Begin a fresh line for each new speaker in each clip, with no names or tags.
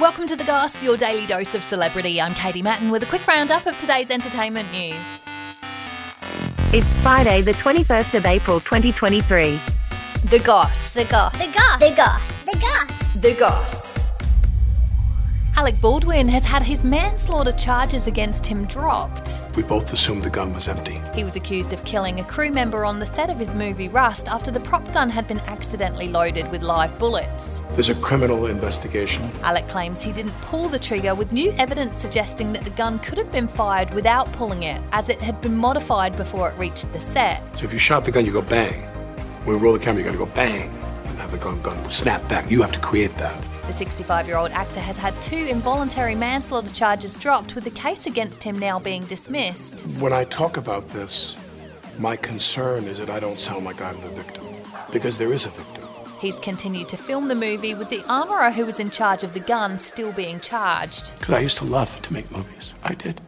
Welcome to The Goss, your daily dose of celebrity. I'm Katie Matten with a quick roundup of today's entertainment news.
It's Friday, the 21st of April, 2023.
The Goss.
The Goss. The Goss. The Goss. The Goss.
The Goss. Alec Baldwin has had his manslaughter charges against him dropped.
We both assumed the gun was empty.
He was accused of killing a crew member on the set of his movie Rust after the prop gun had been accidentally loaded with live bullets.
There's a criminal investigation.
Alec claims he didn't pull the trigger, with new evidence suggesting that the gun could have been fired without pulling it, as it had been modified before it reached the set.
So if you shot the gun, you go bang. When we roll the camera, you gotta go bang and have the gun gun snap back. You have to create that.
The 65 year old actor has had two involuntary manslaughter charges dropped, with the case against him now being dismissed.
When I talk about this, my concern is that I don't sound like I'm the victim because there is a victim.
He's continued to film the movie, with the armourer who was in charge of the gun still being charged.
Because I used to love to make movies. I did.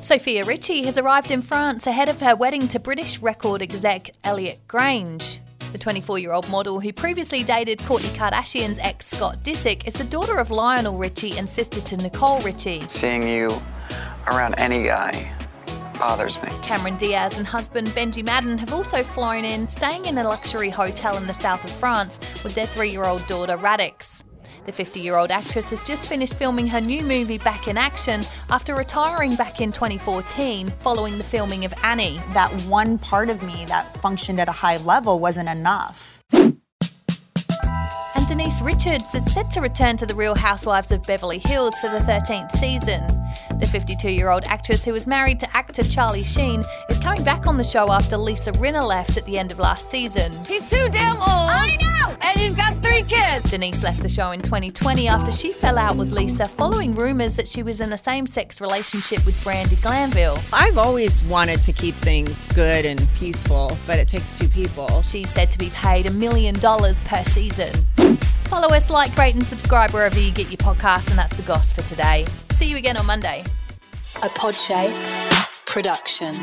Sophia Ritchie has arrived in France ahead of her wedding to British record exec Elliot Grange. The 24 year old model who previously dated Kourtney Kardashian's ex Scott Disick is the daughter of Lionel Richie and sister to Nicole Richie.
seeing you around any guy bothers me.
Cameron Diaz and husband Benji Madden have also flown in, staying in a luxury hotel in the south of France with their three year old daughter Radix. The 50 year old actress has just finished filming her new movie Back in Action after retiring back in 2014 following the filming of Annie.
that one part of me that functioned at a high level wasn't enough.
And Denise Richards is set to return to The Real Housewives of Beverly Hills for the 13th season. The 52 year old actress who was married to actor Charlie Sheen is coming back on the show after Lisa Rinna left at the end of last season.
He's too damn old. I know. And he's got three kids.
Denise left the show in 2020 after she fell out with Lisa following rumours that she was in a same sex relationship with Brandy Glanville.
I've always wanted to keep things good and peaceful, but it takes two people.
She's said to be paid a million dollars per season. Follow us, like, rate, and subscribe wherever you get your podcasts, and that's the goss for today. See you again on Monday.
a Podshape production.